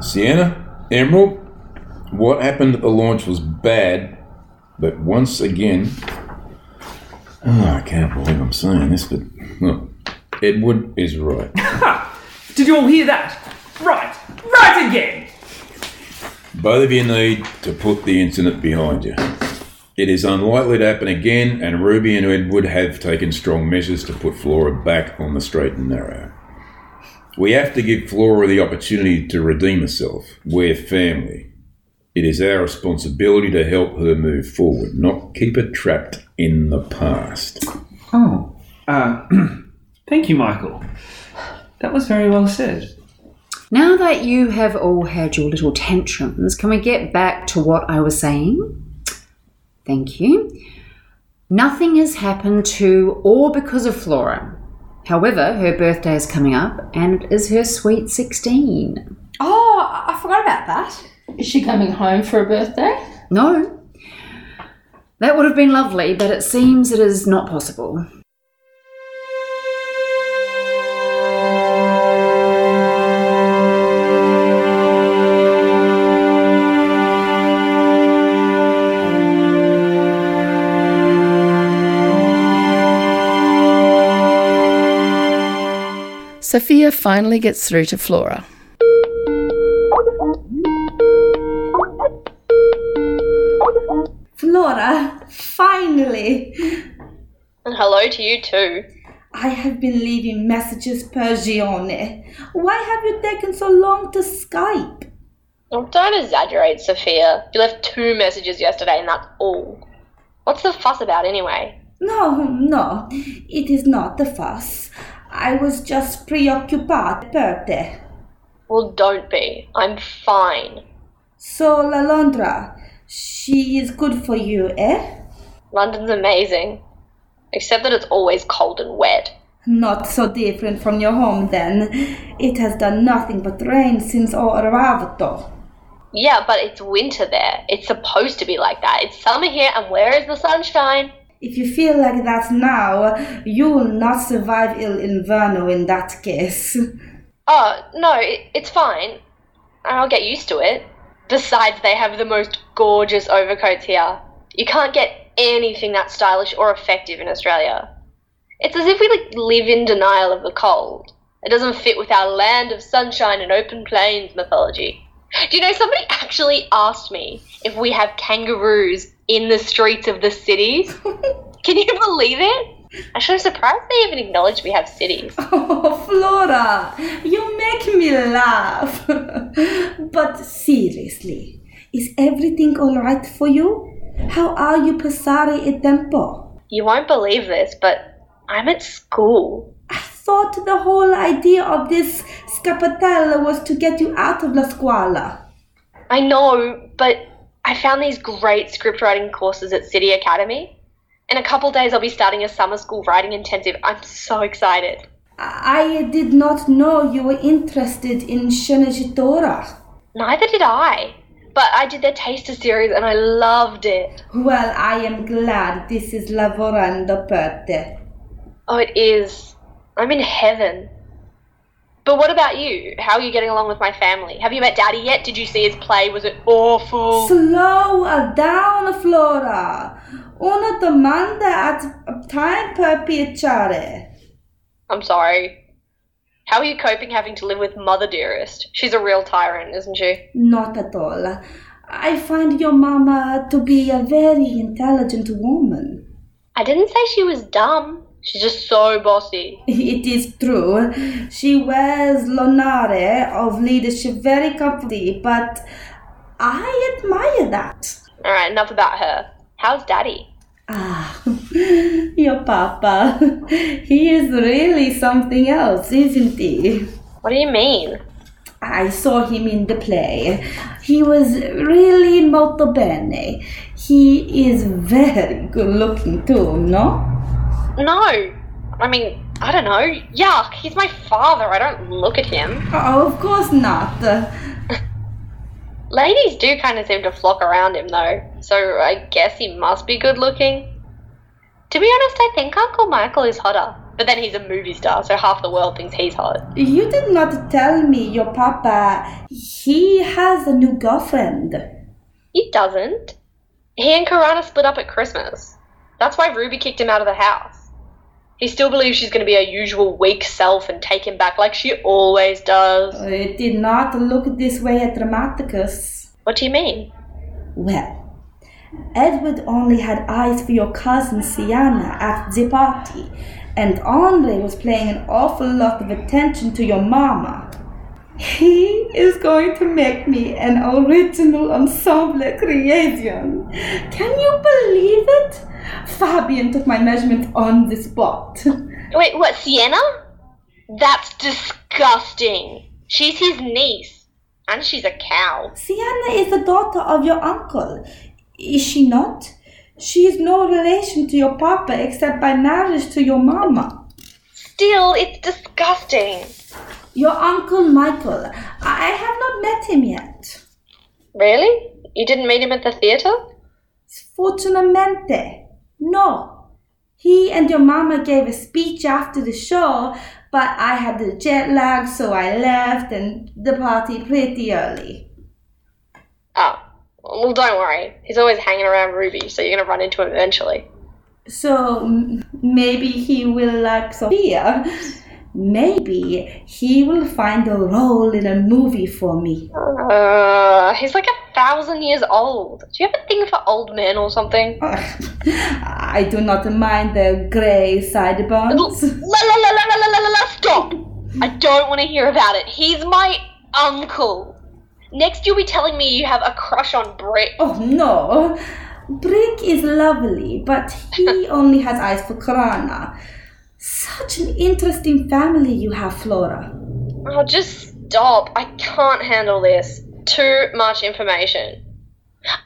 Speaker 5: Sienna, Emerald, what happened at the launch was bad, but once again, oh, I can't believe I'm saying this, but look, Edward is right.
Speaker 9: Did you all hear that? Right, right again!
Speaker 5: Both of you need to put the incident behind you. It is unlikely to happen again, and Ruby and Edward have taken strong measures to put Flora back on the straight and narrow. We have to give Flora the opportunity to redeem herself. We're family. It is our responsibility to help her move forward, not keep her trapped in the past.
Speaker 9: Oh. Uh, thank you, Michael. That was very well said.
Speaker 4: Now that you have all had your little tantrums, can we get back to what I was saying? Thank you. Nothing has happened to or because of Flora. However, her birthday is coming up and it is her sweet 16.
Speaker 10: Oh, I I forgot about that.
Speaker 1: Is she coming home for a birthday?
Speaker 4: No. That would have been lovely, but it seems it is not possible.
Speaker 16: Sophia finally gets through to Flora.
Speaker 8: Flora, finally!
Speaker 17: And hello to you too.
Speaker 8: I have been leaving messages per Gione. Why have you taken so long to Skype?
Speaker 17: Oh, don't exaggerate, Sophia. You left two messages yesterday and that's all. What's the fuss about anyway?
Speaker 8: No, no, it is not the fuss. I was just preoccupied, Perte.
Speaker 17: Well, don't be. I'm fine.
Speaker 8: So, Lalandra, She is good for you, eh?
Speaker 17: London's amazing. Except that it's always cold and wet.
Speaker 8: Not so different from your home, then. It has done nothing but rain since our arrival, though.
Speaker 17: Yeah, but it's winter there. It's supposed to be like that. It's summer here, and where is the sunshine?
Speaker 8: If you feel like that now, you will not survive Il Inverno in that case.
Speaker 17: Oh, no, it, it's fine. I'll get used to it. Besides, they have the most gorgeous overcoats here. You can't get anything that stylish or effective in Australia. It's as if we like live in denial of the cold. It doesn't fit with our land of sunshine and open plains mythology. Do you know somebody actually asked me if we have kangaroos in the streets of the cities? Can you believe it? Actually, I'm surprised they even acknowledge we have cities.
Speaker 8: Oh, Flora, you make me laugh. but seriously, is everything all right for you? How are you passare il tempo?
Speaker 17: You won't believe this, but I'm at school.
Speaker 8: Thought the whole idea of this scappatella was to get you out of La Scuola.
Speaker 17: I know, but I found these great script writing courses at City Academy. In a couple days, I'll be starting a summer school writing intensive. I'm so excited.
Speaker 8: I did not know you were interested in Shinichitora.
Speaker 17: Neither did I, but I did their taster series and I loved it.
Speaker 8: Well, I am glad this is lavorando per te.
Speaker 17: Oh, it is. I'm in heaven. But what about you? How are you getting along with my family? Have you met Daddy yet? Did you see his play? Was it awful?
Speaker 8: Slow down, Flora. Una domanda at time per piacere.
Speaker 17: I'm sorry. How are you coping having to live with Mother Dearest? She's a real tyrant, isn't she?
Speaker 8: Not at all. I find your mama to be a very intelligent woman.
Speaker 17: I didn't say she was dumb. She's just so bossy.
Speaker 8: It is true. She wears l'onore of leadership very comfortably, but I admire that.
Speaker 17: All right, enough about her. How's Daddy?
Speaker 8: Ah, your papa. He is really something else, isn't he?
Speaker 17: What do you mean?
Speaker 8: I saw him in the play. He was really molto bene. He is very good looking too, no?
Speaker 17: No. I mean, I don't know. Yuck, he's my father. I don't look at him.
Speaker 8: Oh, of course not.
Speaker 17: Ladies do kind of seem to flock around him, though, so I guess he must be good looking. To be honest, I think Uncle Michael is hotter. But then he's a movie star, so half the world thinks he's hot.
Speaker 8: You did not tell me your papa. He has a new girlfriend.
Speaker 17: He doesn't. He and Karana split up at Christmas. That's why Ruby kicked him out of the house. He still believes she's going to be her usual weak self and take him back like she always does.
Speaker 8: It did not look this way at Dramaticus.
Speaker 17: What do you mean?
Speaker 8: Well, Edward only had eyes for your cousin Sienna at the party, and Andre was paying an awful lot of attention to your mama. He is going to make me an original ensemble creation. Can you believe it? Fabian took my measurement on the spot.
Speaker 17: Wait, what, Sienna? That's disgusting. She's his niece, and she's a cow.
Speaker 8: Sienna is the daughter of your uncle, is she not? She is no relation to your papa except by marriage to your mama.
Speaker 17: Still, it's disgusting.
Speaker 8: Your uncle Michael. I have not met him yet.
Speaker 17: Really? You didn't meet him at the theatre?
Speaker 8: Fortunamente, no. He and your mama gave a speech after the show, but I had the jet lag, so I left and the party pretty early.
Speaker 17: Oh, well, don't worry. He's always hanging around Ruby, so you're going to run into him eventually.
Speaker 8: So m- maybe he will like Sophia. Maybe he will find a role in a movie for me.
Speaker 17: Uh, he's like a thousand years old. Do you have a thing for old men or something?
Speaker 8: Oh, I do not mind the grey sideburns.
Speaker 17: La la la la la la la la la stop! I don't want to hear about it. He's my uncle. Next you'll be telling me you have a crush on Brick.
Speaker 8: Oh no. Brick is lovely, but he only has eyes for Karana. Such an interesting family you have, Flora.
Speaker 17: Oh, just stop. I can't handle this. Too much information.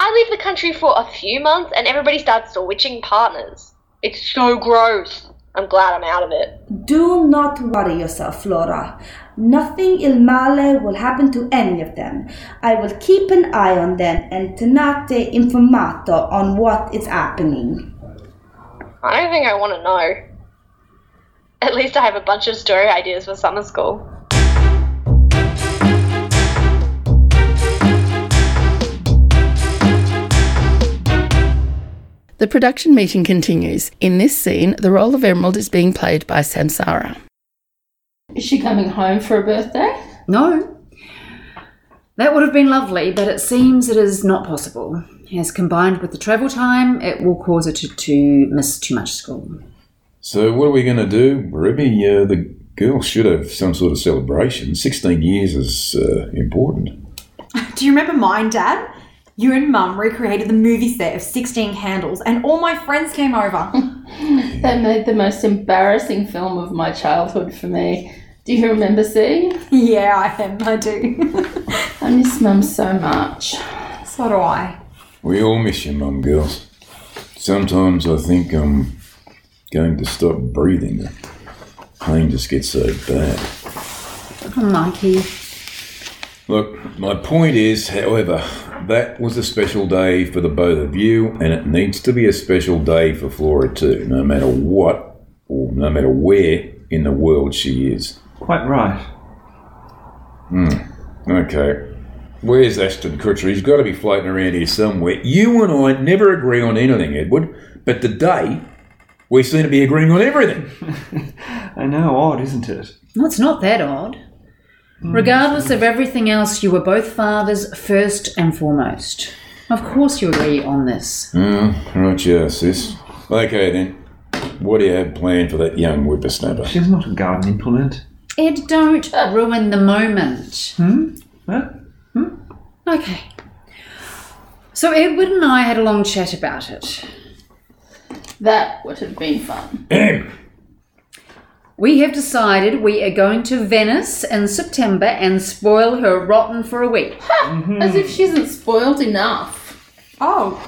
Speaker 17: I leave the country for a few months and everybody starts switching partners. It's so gross. I'm glad I'm out of it.
Speaker 8: Do not worry yourself, Flora. Nothing ill male will happen to any of them. I will keep an eye on them and tenerte informato on what is happening.
Speaker 17: I don't think I want to know. At least I have a bunch of story ideas for summer school.
Speaker 18: The production meeting continues. In this scene, the role of Emerald is being played by Samsara.
Speaker 1: Is she coming home for a birthday?
Speaker 19: No. That would have been lovely, but it seems it is not possible. As combined with the travel time, it will cause her to, to miss too much school.
Speaker 5: So what are we going to do, Ruby? Uh, the girl should have some sort of celebration. Sixteen years is uh, important.
Speaker 10: Do you remember mine, Dad? You and Mum recreated the movie set of 16 Candles, and all my friends came over.
Speaker 1: That made the most embarrassing film of my childhood for me. Do you remember seeing?
Speaker 10: Yeah, I am. I do.
Speaker 1: I miss Mum so much.
Speaker 10: So do I.
Speaker 5: We all miss your mum, girls. Sometimes I think I'm going to stop breathing. The pain just gets so bad.
Speaker 19: Oh, Mikey.
Speaker 5: Look, my point is, however, that was a special day for the both of you, and it needs to be a special day for Flora too, no matter what or no matter where in the world she is.
Speaker 9: Quite right.
Speaker 5: Hmm. Okay. Where's Ashton Kutcher? He's got to be floating around here somewhere. You and I never agree on anything, Edward, but today we seem to be agreeing on everything.
Speaker 9: I know, odd, isn't it?
Speaker 4: Well, it's not that odd.
Speaker 19: Regardless of everything else, you were both fathers first and foremost. Of course, you agree on this.
Speaker 5: Oh, right, yeah, sis. Okay then. What do you have planned for that young whippersnapper?
Speaker 9: She's not a garden implement.
Speaker 4: Ed, don't ruin the moment.
Speaker 9: Hmm? What? Hmm?
Speaker 4: Okay. So Edward and I had a long chat about it.
Speaker 1: That would have been fun.
Speaker 4: We have decided we are going to Venice in September and spoil her rotten for a week.
Speaker 1: As if she isn't spoiled enough.
Speaker 10: Oh,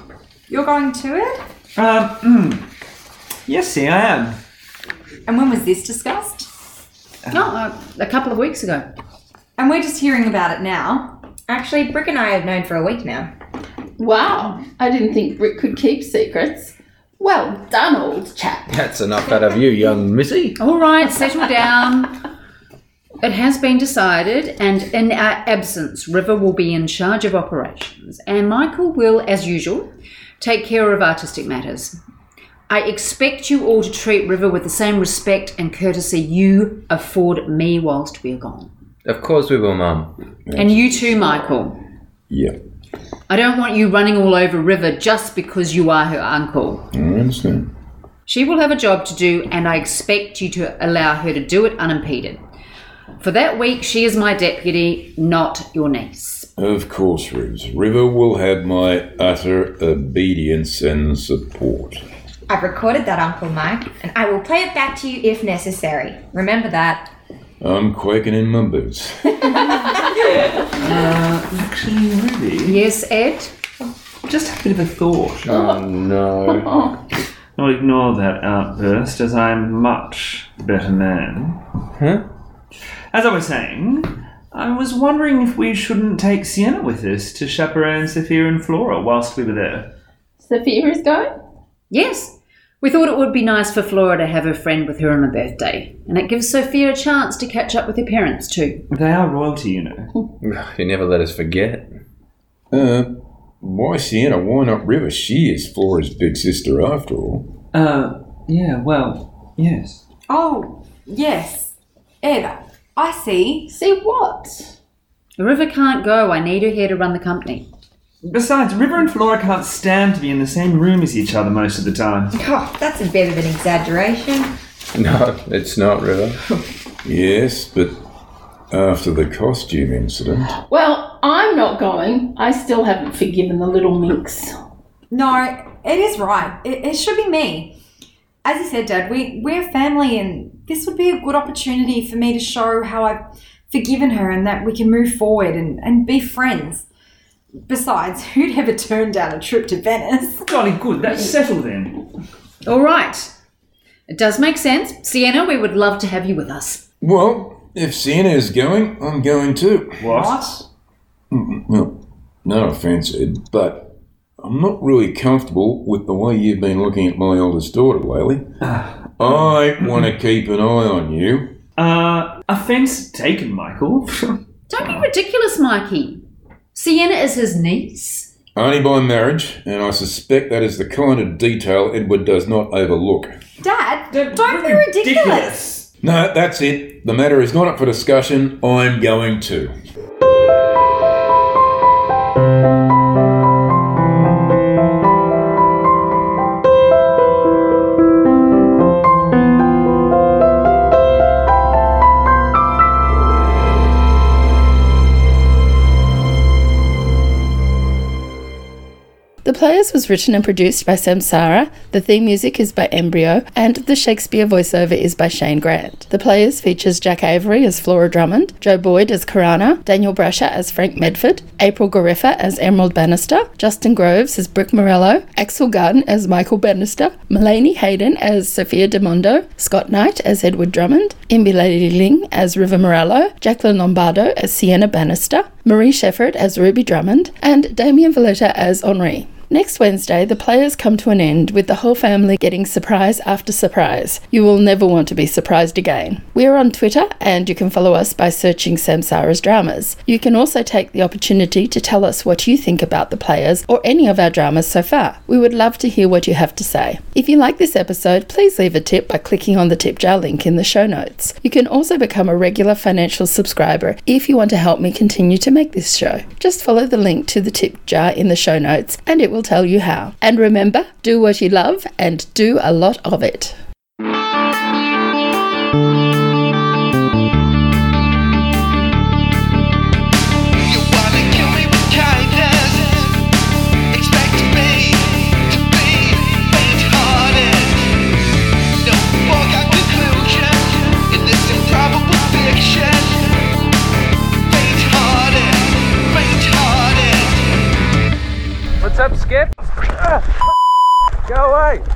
Speaker 10: you're going to it?
Speaker 9: Um, mm. Yes, see, I am.
Speaker 10: And when was this discussed?
Speaker 19: Oh, a couple of weeks ago.
Speaker 10: And we're just hearing about it now. Actually, Brick and I have known for a week now.
Speaker 1: Wow, I didn't think Brick could keep secrets. Well done, old chap.
Speaker 11: That's enough out of you, young missy.
Speaker 4: All right, settle down. It has been decided, and in our absence, River will be in charge of operations, and Michael will, as usual, take care of artistic matters. I expect you all to treat River with the same respect and courtesy you afford me whilst we're gone.
Speaker 11: Of course we will, Mum.
Speaker 4: And you too, Michael.
Speaker 5: Yeah.
Speaker 4: I don't want you running all over River just because you are her uncle.
Speaker 5: I understand.
Speaker 4: She will have a job to do, and I expect you to allow her to do it unimpeded. For that week, she is my deputy, not your niece.
Speaker 5: Of course, Rubes. River will have my utter obedience and support.
Speaker 12: I've recorded that, Uncle Mike, and I will play it back to you if necessary. Remember that.
Speaker 5: I'm quaking in my boots.
Speaker 9: Uh, actually, Ruby.
Speaker 4: Yes, Ed?
Speaker 9: Just had a bit of a thought.
Speaker 11: Oh, no.
Speaker 9: I'll ignore that outburst, as I'm much better man.
Speaker 11: Huh?
Speaker 9: As I was saying, I was wondering if we shouldn't take Sienna with us to chaperone Sophia and Flora whilst we were there.
Speaker 1: Sophia is going?
Speaker 4: Yes. We thought it would be nice for Flora to have her friend with her on her birthday, and it gives Sophia a chance to catch up with her parents too.
Speaker 9: They are royalty, you know.
Speaker 11: You never let us forget.
Speaker 5: Uh, why Sienna? Why not River? She is Flora's big sister after all.
Speaker 9: Uh, yeah, well, yes.
Speaker 10: Oh, yes. Ed, I see.
Speaker 1: See what?
Speaker 4: River can't go. I need her here to run the company.
Speaker 9: Besides, River and Flora can't stand to be in the same room as each other most of the time.
Speaker 12: Oh, that's a bit of an exaggeration.
Speaker 11: No, it's not, River.
Speaker 5: Yes, but after the costume incident.
Speaker 1: Well, I'm not going. I still haven't forgiven the little minx.
Speaker 10: No, it is right. It, it should be me. As you said, Dad, we, we're family, and this would be a good opportunity for me to show how I've forgiven her and that we can move forward and, and be friends. Besides, who'd ever turn down a trip to Venice?
Speaker 14: Golly good, that's settled then.
Speaker 20: All right. It does make sense. Sienna, we would love to have you with us.
Speaker 5: Well, if Sienna is going, I'm going too.
Speaker 20: What?
Speaker 5: No, no offense, Ed, but I'm not really comfortable with the way you've been looking at my eldest daughter lately. I want to keep an eye on you.
Speaker 14: Uh, offense taken, Michael.
Speaker 4: Don't be ridiculous, Mikey. Sienna is his niece.
Speaker 5: Only by marriage, and I suspect that is the kind of detail Edward does not overlook.
Speaker 10: Dad, don't be ridiculous.
Speaker 5: No, that's it. The matter is not up for discussion. I'm going to.
Speaker 1: The Players was written and produced by Samsara, the theme music is by Embryo, and the Shakespeare voiceover is by Shane Grant. The Players features Jack Avery as Flora Drummond, Joe Boyd as Karana, Daniel Brasher as Frank Medford, April Goreffa as Emerald Bannister, Justin Groves as Brooke Morello, Axel Garden as Michael Bannister, Mulaney Hayden as Sophia DeMondo, Scott Knight as Edward Drummond, Imbi Lady Ling as River Morello, Jacqueline Lombardo as Sienna Bannister, Marie Shefford as Ruby Drummond, and Damien Valletta as Henri. Next Wednesday, the players come to an end with the whole family getting surprise after surprise. You will never want to be surprised again. We are on Twitter and you can follow us by searching Samsara's Dramas. You can also take the opportunity to tell us what you think about the players or any of our dramas so far. We would love to hear what you have to say. If you like this episode, please leave a tip by clicking on the tip jar link in the show notes. You can also become a regular financial subscriber if you want to help me continue to make this show. Just follow the link to the tip jar in the show notes and it will tell you how. And remember, do what you love and do a lot of it.
Speaker 21: What's up, Skip? Go away!